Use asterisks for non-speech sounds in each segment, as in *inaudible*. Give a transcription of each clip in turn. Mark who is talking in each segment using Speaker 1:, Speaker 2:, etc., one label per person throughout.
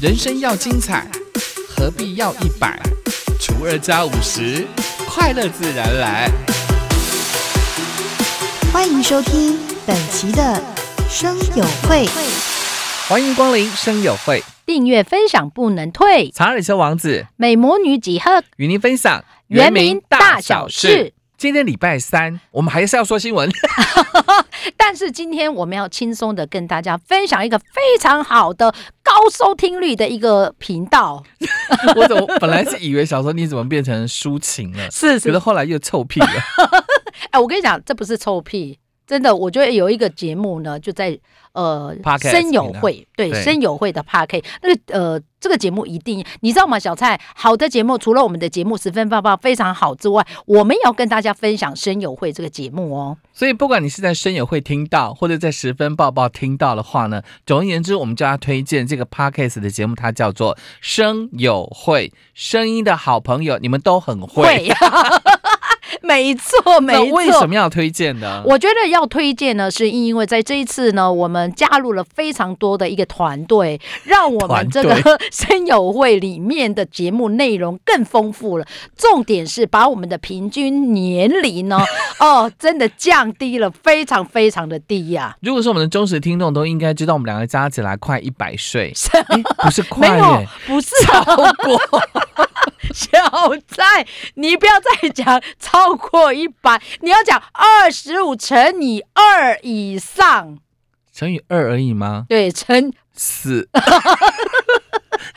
Speaker 1: 人生要精彩，何必要一百除二加五十？快乐自然来。
Speaker 2: 欢迎收听本期的生友会。
Speaker 3: 欢迎光临生友会，
Speaker 4: 订阅分享不能退，
Speaker 3: 查理车王子
Speaker 4: 美魔女几何
Speaker 3: 与您分享
Speaker 4: 原名大小事。
Speaker 3: 今天礼拜三，我们还是要说新闻。 *laughs*
Speaker 4: 但是今天我们要轻松的跟大家分享一个非常好的高收听率的一个频道，
Speaker 3: 我怎么本来是以为小时候你怎么变成抒情了，
Speaker 4: 是
Speaker 3: 觉得。后来又臭屁了。
Speaker 4: 哎，我跟你讲，这不是臭屁，真的，我觉得有一个节目呢，就在呃
Speaker 3: Podcast
Speaker 4: 生友会，对
Speaker 3: 对
Speaker 4: 生友会的 p a r k 那个呃这个节目一定，你知道吗？小蔡，好的节目除了我们的节目十分棒棒非常好之外，我们也要跟大家分享生友会这个节目哦。
Speaker 3: 所以不管你是在生友会听到，或者在十分抱抱听到的话呢，总而言之，我们就要推荐这个 podcast 的节目，它叫做生友会，声音的好朋友，你们都很会。
Speaker 4: 会， *laughs* 没错，没
Speaker 3: 那
Speaker 4: 错。
Speaker 3: 为什么要推荐呢？
Speaker 4: 我觉得要推荐呢，是因为在这一次呢，我们加入了非常多的一个团队，让我们这
Speaker 3: 团
Speaker 4: 个 *laughs* 生友会里面的节目内容更丰富了。重点是把我们的平均年龄呢， *laughs* 哦，真的降低了，非常非常的低呀、
Speaker 3: 如果是我们的忠实听众，都应该知道我们两个加起来快一百
Speaker 4: *laughs*
Speaker 3: 岁，诶不是
Speaker 4: 没
Speaker 3: 快
Speaker 4: 有
Speaker 3: 耶，，
Speaker 4: 不是
Speaker 3: 超
Speaker 4: 啊，
Speaker 3: 过。
Speaker 4: 小蔡，你不要再讲超过一百，你要讲二十五乘以二以上，
Speaker 3: 乘以二而已吗？
Speaker 4: 对，乘 *laughs*
Speaker 3: 四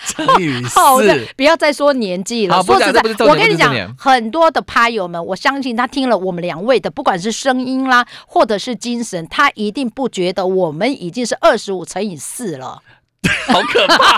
Speaker 3: 乘以
Speaker 4: 好的
Speaker 3: 四，，
Speaker 4: 不要再说年纪了。
Speaker 3: 好
Speaker 4: 说
Speaker 3: 不讲
Speaker 4: 实
Speaker 3: 这
Speaker 4: 在
Speaker 3: 不是，重点
Speaker 4: 我跟你
Speaker 3: 不是重
Speaker 4: 讲
Speaker 3: 点，
Speaker 4: 很多的趴友们，我相信他听了我们两位的，不管是声音啦，或者是精神，他一定不觉得我们已经是二十五乘以四了。
Speaker 3: 好可怕！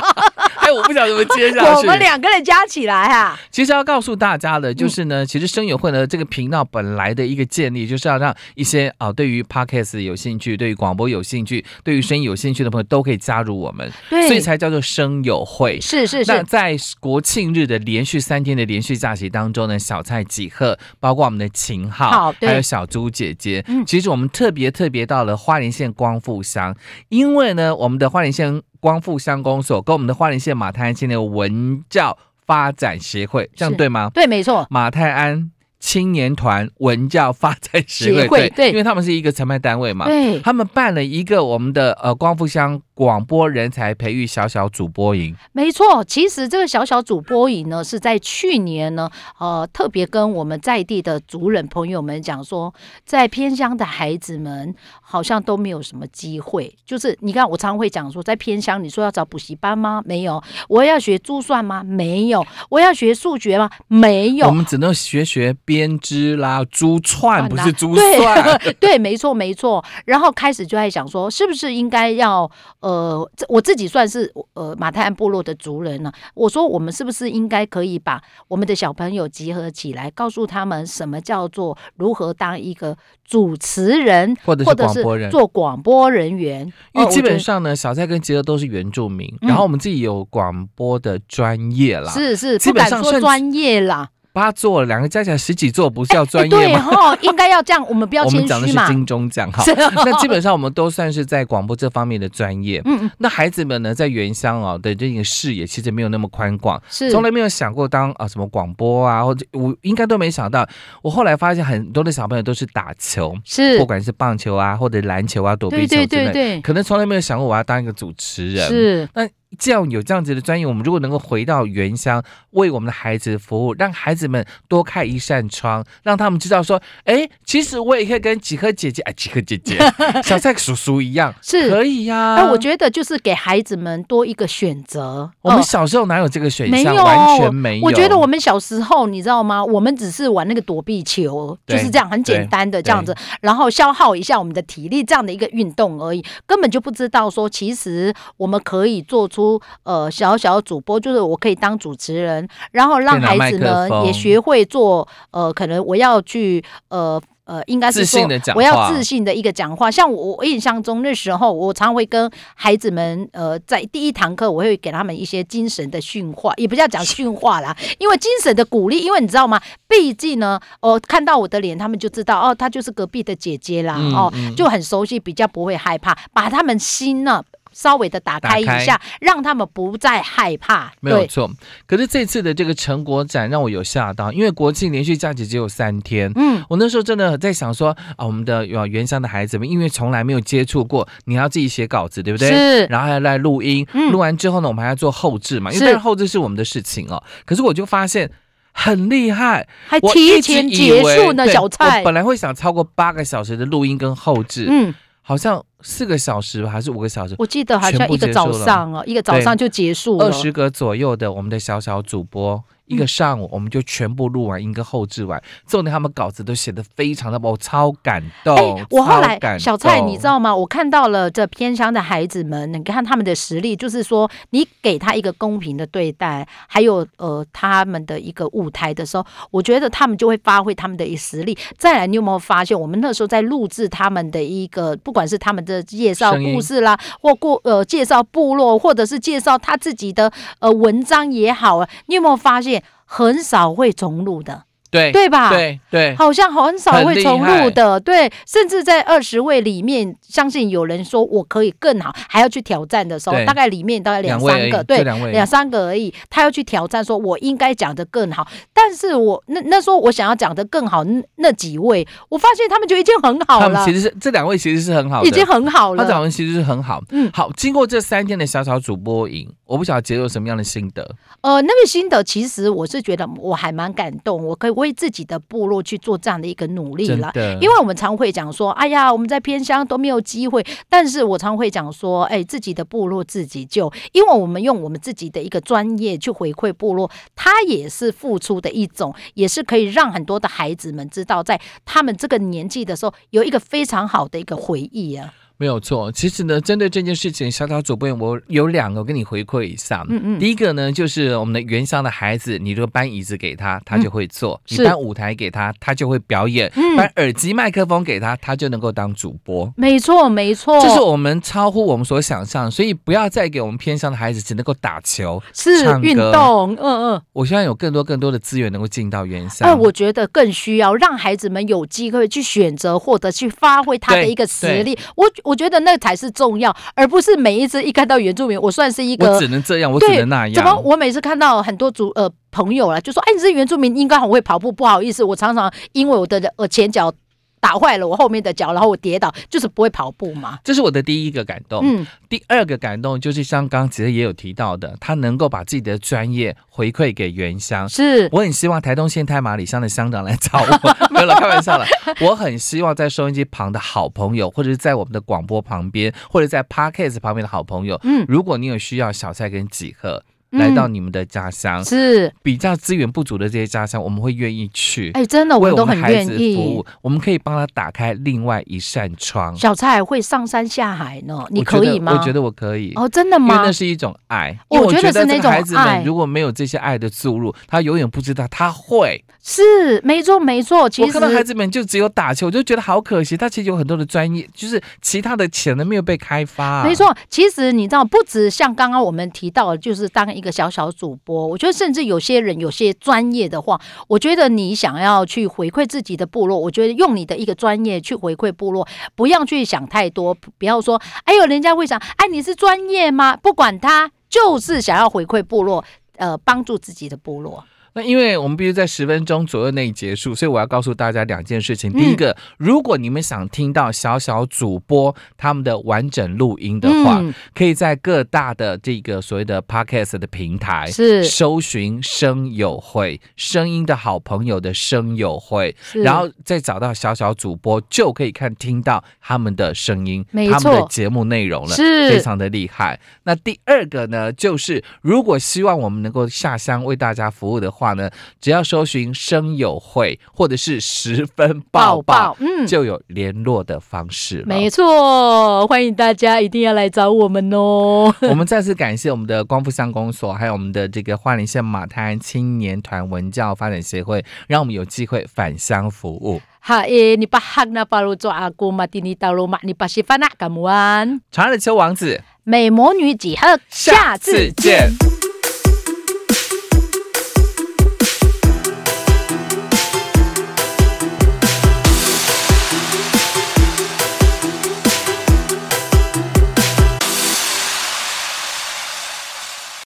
Speaker 4: *laughs*
Speaker 3: 哎，我不想怎么接下
Speaker 4: 我
Speaker 3: 去。
Speaker 4: 们两个人加起来啊，
Speaker 3: 其实要告诉大家的就是呢，其实声友会呢这个频道本来的一个建立，就是要让一些啊、对于 podcast 有兴趣、对于广播有兴趣、对于声音有兴趣的朋友都可以加入我们，
Speaker 4: 对
Speaker 3: 所以才叫做声友会。
Speaker 4: 是是
Speaker 3: 那
Speaker 4: 是，
Speaker 3: 在国庆日的连续三天的连续假期当中呢，小蔡几贺，包括我们的秦
Speaker 4: 好
Speaker 3: 昊，
Speaker 4: 对
Speaker 3: 还有小猪姐姐，
Speaker 4: 嗯
Speaker 3: 其实我们特别特别到了花莲县光复乡，因为呢，我们的花莲县光复乡公所跟我们的花莲县马太安县的文教发展协会，这样
Speaker 4: 是
Speaker 3: 对吗？
Speaker 4: 对，没错，
Speaker 3: 马太安青年团文教发展协会，
Speaker 4: 协会对
Speaker 3: 因为他们是一个承办单位嘛，
Speaker 4: 对，
Speaker 3: 他们办了一个我们的呃光复乡广播人才培育小小主播营。
Speaker 4: 没错。其实这个小小主播营呢，是在去年呢，呃，特别跟我们在地的族人朋友们讲说，在偏乡的孩子们好像都没有什么机会。就是你看，我常会讲说，在偏乡，你说要找补习班吗？没有。我要学珠算吗？没有。我要学数学吗？没
Speaker 3: 我
Speaker 4: 有。
Speaker 3: 们只能学学编织啦、珠串，
Speaker 4: 啊
Speaker 3: 不
Speaker 4: 那
Speaker 3: 是珠算。
Speaker 4: 对 *laughs* 对，没错没错。然后开始就在想说，是不是应该要呃，这我自己算是呃马太安部落的族人呢、我说我们是不是应该可以把我们的小朋友集合起来，告诉他们什么叫做如何当一个主持人，
Speaker 3: 或者是
Speaker 4: 或者
Speaker 3: 广播
Speaker 4: 是
Speaker 3: 人
Speaker 4: 做广播人员？
Speaker 3: *laughs* 因
Speaker 4: 哦
Speaker 3: 为基
Speaker 4: 我
Speaker 3: 本
Speaker 4: 觉
Speaker 3: 上呢，小蔡跟杰哥都是原住民，
Speaker 4: 嗯
Speaker 3: 然后我们自己有广播的专业
Speaker 4: 得
Speaker 3: 啦，
Speaker 4: 是是
Speaker 3: 基
Speaker 4: 不
Speaker 3: 本
Speaker 4: 敢
Speaker 3: 上
Speaker 4: 说
Speaker 3: 甚
Speaker 4: 专业啦，
Speaker 3: 八座两个加起来十几座，不是叫专
Speaker 4: 哎
Speaker 3: 业
Speaker 4: 对
Speaker 3: 吗？
Speaker 4: 哈、应该要这样，我们不要
Speaker 3: 我们
Speaker 4: 谦
Speaker 3: 讲的
Speaker 4: 虚
Speaker 3: 是
Speaker 4: 嘛。
Speaker 3: 金钟奖哈，
Speaker 4: 是哦
Speaker 3: *laughs* 那基本上我们都算是在广播这方面的专业。
Speaker 4: 嗯嗯，
Speaker 3: 那孩子们呢，在原乡哦的这个视野其实没有那么宽广，
Speaker 4: 是
Speaker 3: 从来没有想过当啊、呃什么广播啊，或者我应该都没想到。我后来发现很多的小朋友都是打球，
Speaker 4: 是
Speaker 3: 不，管是棒球啊，或者篮球啊、躲避球
Speaker 4: 对
Speaker 3: 之类
Speaker 4: 对对对，
Speaker 3: 可能从来没有想过我要当一个主持人。，
Speaker 4: 是
Speaker 3: 那这样有这样子的专业，我们如果能够回到原乡，为我们的孩子服务，让孩子们多开一扇窗，让他们知道说，哎，其实我也可以跟几何姐姐、哎，几何姐
Speaker 4: *laughs*
Speaker 3: 姐、小蔡叔叔一样，
Speaker 4: 是
Speaker 3: 可以啊呀、
Speaker 4: 哎，我觉得就是给孩子们多一个选择。
Speaker 3: 我们
Speaker 4: 嗯
Speaker 3: 小时候哪有这个选
Speaker 4: 没
Speaker 3: 项，
Speaker 4: 有
Speaker 3: 完全没有。
Speaker 4: 我觉得我们小时候，你知道吗？我们只是玩那个躲避球，
Speaker 3: 对
Speaker 4: 就是这样很简单的这样子，然后消耗一下我们的体力这样的一个运动而已，根本就不知道说，其实我们可以做出呃小小主播，就是我可以当主持人，然后让
Speaker 3: 电脑麦
Speaker 4: 孩子
Speaker 3: 克
Speaker 4: 们
Speaker 3: 风
Speaker 4: 也学会做呃，可能我要去呃。呃，应该是
Speaker 3: 自信
Speaker 4: 说
Speaker 3: 地讲
Speaker 4: 我
Speaker 3: 话
Speaker 4: 要自信的一个讲话。像我，我印象中那时候，我常会跟孩子们，呃，在第一堂课，我会给他们一些精神的训话，也不叫讲训话
Speaker 3: *laughs*
Speaker 4: 啦，因为精神的鼓励。因为你知道吗？毕竟呢，哦，看到我的脸，他们就知道哦，她就是隔壁的姐姐啦，
Speaker 3: 嗯
Speaker 4: 哦
Speaker 3: 嗯，
Speaker 4: 就很熟悉，比较不会害怕，把他们心呢。稍微的打开一
Speaker 3: 打开
Speaker 4: 下，让他们不再害怕。
Speaker 3: 没有
Speaker 4: 对，
Speaker 3: 错。可是这次的这个成果展让我有吓到，因为国庆连续假期只有三天。
Speaker 4: 嗯，
Speaker 3: 我那时候真的在想说啊，我们的呃原乡的孩子们，因为从来没有接触过，你要自己写稿子，对不对？
Speaker 4: 是
Speaker 3: 然后还要来录音，
Speaker 4: 嗯
Speaker 3: 录完之后呢，我们还要做后置嘛，因为
Speaker 4: 是
Speaker 3: 当然后置是我们的事情哦。可是我就发现很厉害，
Speaker 4: 还
Speaker 3: 我
Speaker 4: 哎提
Speaker 3: 一直
Speaker 4: 前
Speaker 3: 以
Speaker 4: 结
Speaker 3: 为
Speaker 4: 束呢，
Speaker 3: 对
Speaker 4: 小蔡
Speaker 3: 我。本来会想超过八个小时的录音跟后置，
Speaker 4: 嗯，
Speaker 3: 好像四个小时吧，还是五个小时，
Speaker 4: 我记得好像
Speaker 3: 全部
Speaker 4: 一个
Speaker 3: 结束
Speaker 4: 早
Speaker 3: 了
Speaker 4: 上哦，一个早
Speaker 3: 对
Speaker 4: 上就结束了。嗯
Speaker 3: 二十个左右的我们的小小主播。一个上午，我们就全部录完音跟后置完，重点他们稿子都写的非常的棒，我超感动。
Speaker 4: 哎我后
Speaker 3: 哦超
Speaker 4: 来
Speaker 3: 感
Speaker 4: 小蔡，
Speaker 3: 动
Speaker 4: 你知道吗？我看到了这偏乡的孩子们，你看他们的实力，就是说你给他一个公平的对待，还有呃他们的一个舞台的时候，我觉得他们就会发挥他们的一个实力。再来，你有没有发现，我们那时候在录制他们的一个，不管是他们的介绍
Speaker 3: 声音
Speaker 4: 故事啦，或过呃介绍部落，或者是介绍他自己的呃文章也好啊，你有没有发现很少会重录的，
Speaker 3: 对
Speaker 4: 对吧？
Speaker 3: 对对，
Speaker 4: 好像很少
Speaker 3: 很
Speaker 4: 会
Speaker 3: 厉
Speaker 4: 重录
Speaker 3: 害
Speaker 4: 的，对，甚至在二十位里面，相信有人说我可以更好，还要去挑战的时候，
Speaker 3: 对
Speaker 4: 大概里面大概两
Speaker 3: 两位而
Speaker 4: 三
Speaker 3: 已
Speaker 4: 个，
Speaker 3: 就
Speaker 4: 对，
Speaker 3: 两位而已
Speaker 4: 两三个而已，他要去挑战，说我应该讲的更好，但是我那那时候我想要讲的更好，那那几位，我发现他们就已经很好
Speaker 3: 他们
Speaker 4: 了
Speaker 3: 其，实是这两位其实是很好的，
Speaker 4: 已经很好
Speaker 3: 他
Speaker 4: 了。
Speaker 3: 掌纹其实是很好。
Speaker 4: 嗯
Speaker 3: 好，经过这三天的小小主播营，我不晓得杰有什么样的心得。
Speaker 4: 呃，那个心得其实我是觉得我还蛮感动，我可以为自己的部落去做这样的一个努力
Speaker 3: 真
Speaker 4: 了。
Speaker 3: 的，
Speaker 4: 因为我们常会讲说，哎呀，我们在偏乡都没有机会。但是我常会讲说，哎，自己的部落自己救，因为我们用我们自己的一个专业去回馈部落，它也是付出的一种，也是可以让很多的孩子们知道，在他们这个年纪的时候，有一个非常好的一个回忆啊。
Speaker 3: 没有错。其实呢，针对这件事情，小小主播营我有两个跟你回馈一下。
Speaker 4: 嗯嗯
Speaker 3: 第一个呢，就是我们的原乡的孩子，你如果搬椅子给他，他就会坐；
Speaker 4: 是
Speaker 3: 你搬舞台给他，他就会表演；
Speaker 4: 嗯哦
Speaker 3: 搬耳机、麦克风给他，他就能够当主播。
Speaker 4: 没错，没错，
Speaker 3: 这是我们超乎我们所想象，所以不要再给我们偏乡的孩子只能够打球。
Speaker 4: 是
Speaker 3: 唱
Speaker 4: 运
Speaker 3: 歌
Speaker 4: 动，嗯嗯。
Speaker 3: 我希望有更多更多的资源能够进到原乡。
Speaker 4: 哎，我觉得更需要让孩子们有机会去选择或者去发挥他的一个实力。我我觉得那才是重要，而不是每一次一看到原住民，我算是一
Speaker 3: 我
Speaker 4: 个
Speaker 3: 只能这样，我只
Speaker 4: 对
Speaker 3: 能那样。
Speaker 4: 怎么？我每次看到很多族呃朋友啦，就说哎，你是原住民，应该很会跑步。不好意思，我常常因为我的呃前脚打坏了我后面的脚，然后我跌倒，就是不会跑步嘛。
Speaker 3: 这是我的第一个感动。
Speaker 4: 嗯，
Speaker 3: 第二个感动就是像刚刚其实也有提到的，他能够把自己的专业回馈给原乡。
Speaker 4: 是
Speaker 3: 我很希望台东县太马里乡的乡长来找我， *laughs* 没有了，开玩笑了。我很希望在收音机旁的好朋友，或者是在我们的广播旁边，或者在 podcast 旁边的好朋友，
Speaker 4: 嗯
Speaker 3: 如果你有需要小菜跟几何
Speaker 4: 嗯
Speaker 3: 来到你们的家乡，
Speaker 4: 是，
Speaker 3: 比较资源不足的这些家乡，我们会愿意去。
Speaker 4: 哎，真的我
Speaker 3: 为
Speaker 4: 们
Speaker 3: 我
Speaker 4: 都
Speaker 3: 们
Speaker 4: 很
Speaker 3: 孩
Speaker 4: 愿
Speaker 3: 子服
Speaker 4: 意
Speaker 3: 务。，我们可以帮他打开另外一扇窗。
Speaker 4: 小蔡会上山下海呢，你
Speaker 3: 我觉
Speaker 4: 可
Speaker 3: 得
Speaker 4: 以吗？
Speaker 3: 我觉得我可以。
Speaker 4: 哦，真的
Speaker 3: 因为
Speaker 4: 吗？
Speaker 3: 那是一种爱，
Speaker 4: 我
Speaker 3: 因为我
Speaker 4: 觉
Speaker 3: 觉
Speaker 4: 得
Speaker 3: 得
Speaker 4: 是那
Speaker 3: 这个
Speaker 4: 种
Speaker 3: 孩子
Speaker 4: 爱
Speaker 3: 们如果没有这些爱的注入，他永远不知道他会。
Speaker 4: 是，没错，没错。其
Speaker 3: 我
Speaker 4: 实
Speaker 3: 看到孩子们就只有打球，我就觉得好可惜。他其实有很多的专业，就是其他的潜能没有被开发、啊
Speaker 4: 没，错，其实你知道，不止像刚刚我们提到的，就是当一个小小主播，我觉得甚至有些人有些专业的话，我觉得你想要去回馈自己的部落，我觉得用你的一个专业去回馈部落，不要去想太多，不不要说，哎呦，人家会想，哎，你是专业吗？不管他，就是想要回馈部落，呃，帮助自己的部落。
Speaker 3: 那因为我们必须在十分钟左右内结束，所以我要告诉大家两件事情。
Speaker 4: 嗯
Speaker 3: 第一个，如果你们想听到小小主播他们的完整录音的话，
Speaker 4: 嗯
Speaker 3: 可以在各大的这个所谓的 podcast 的平台
Speaker 4: 是
Speaker 3: 搜寻“声友会”，声音的好朋友的声友会，然后再找到小小主播，就可以看听到他们的声音，
Speaker 4: 没
Speaker 3: 他们的
Speaker 4: 错
Speaker 3: 节目内容了。
Speaker 4: 是
Speaker 3: 非常的厉害。那第二个呢，就是如果希望我们能够下乡为大家服务的话呢，只要搜寻“声友会”或者是“十分抱抱”，
Speaker 4: 嗯
Speaker 3: 就有联络的方式了。
Speaker 4: 没错，欢迎大家一定要来找我们哦。
Speaker 3: 我们再次感谢我们的光复乡公所，还有我们的这个花莲县马太安青年团文教发展协会，让我们有机会返乡服务。
Speaker 4: Ha eh ni pahag na paro jo ako mati ni talo ma ni pasifana kamuan.
Speaker 3: 长耳的球王子，
Speaker 4: 美魔女几何，
Speaker 3: 下次见。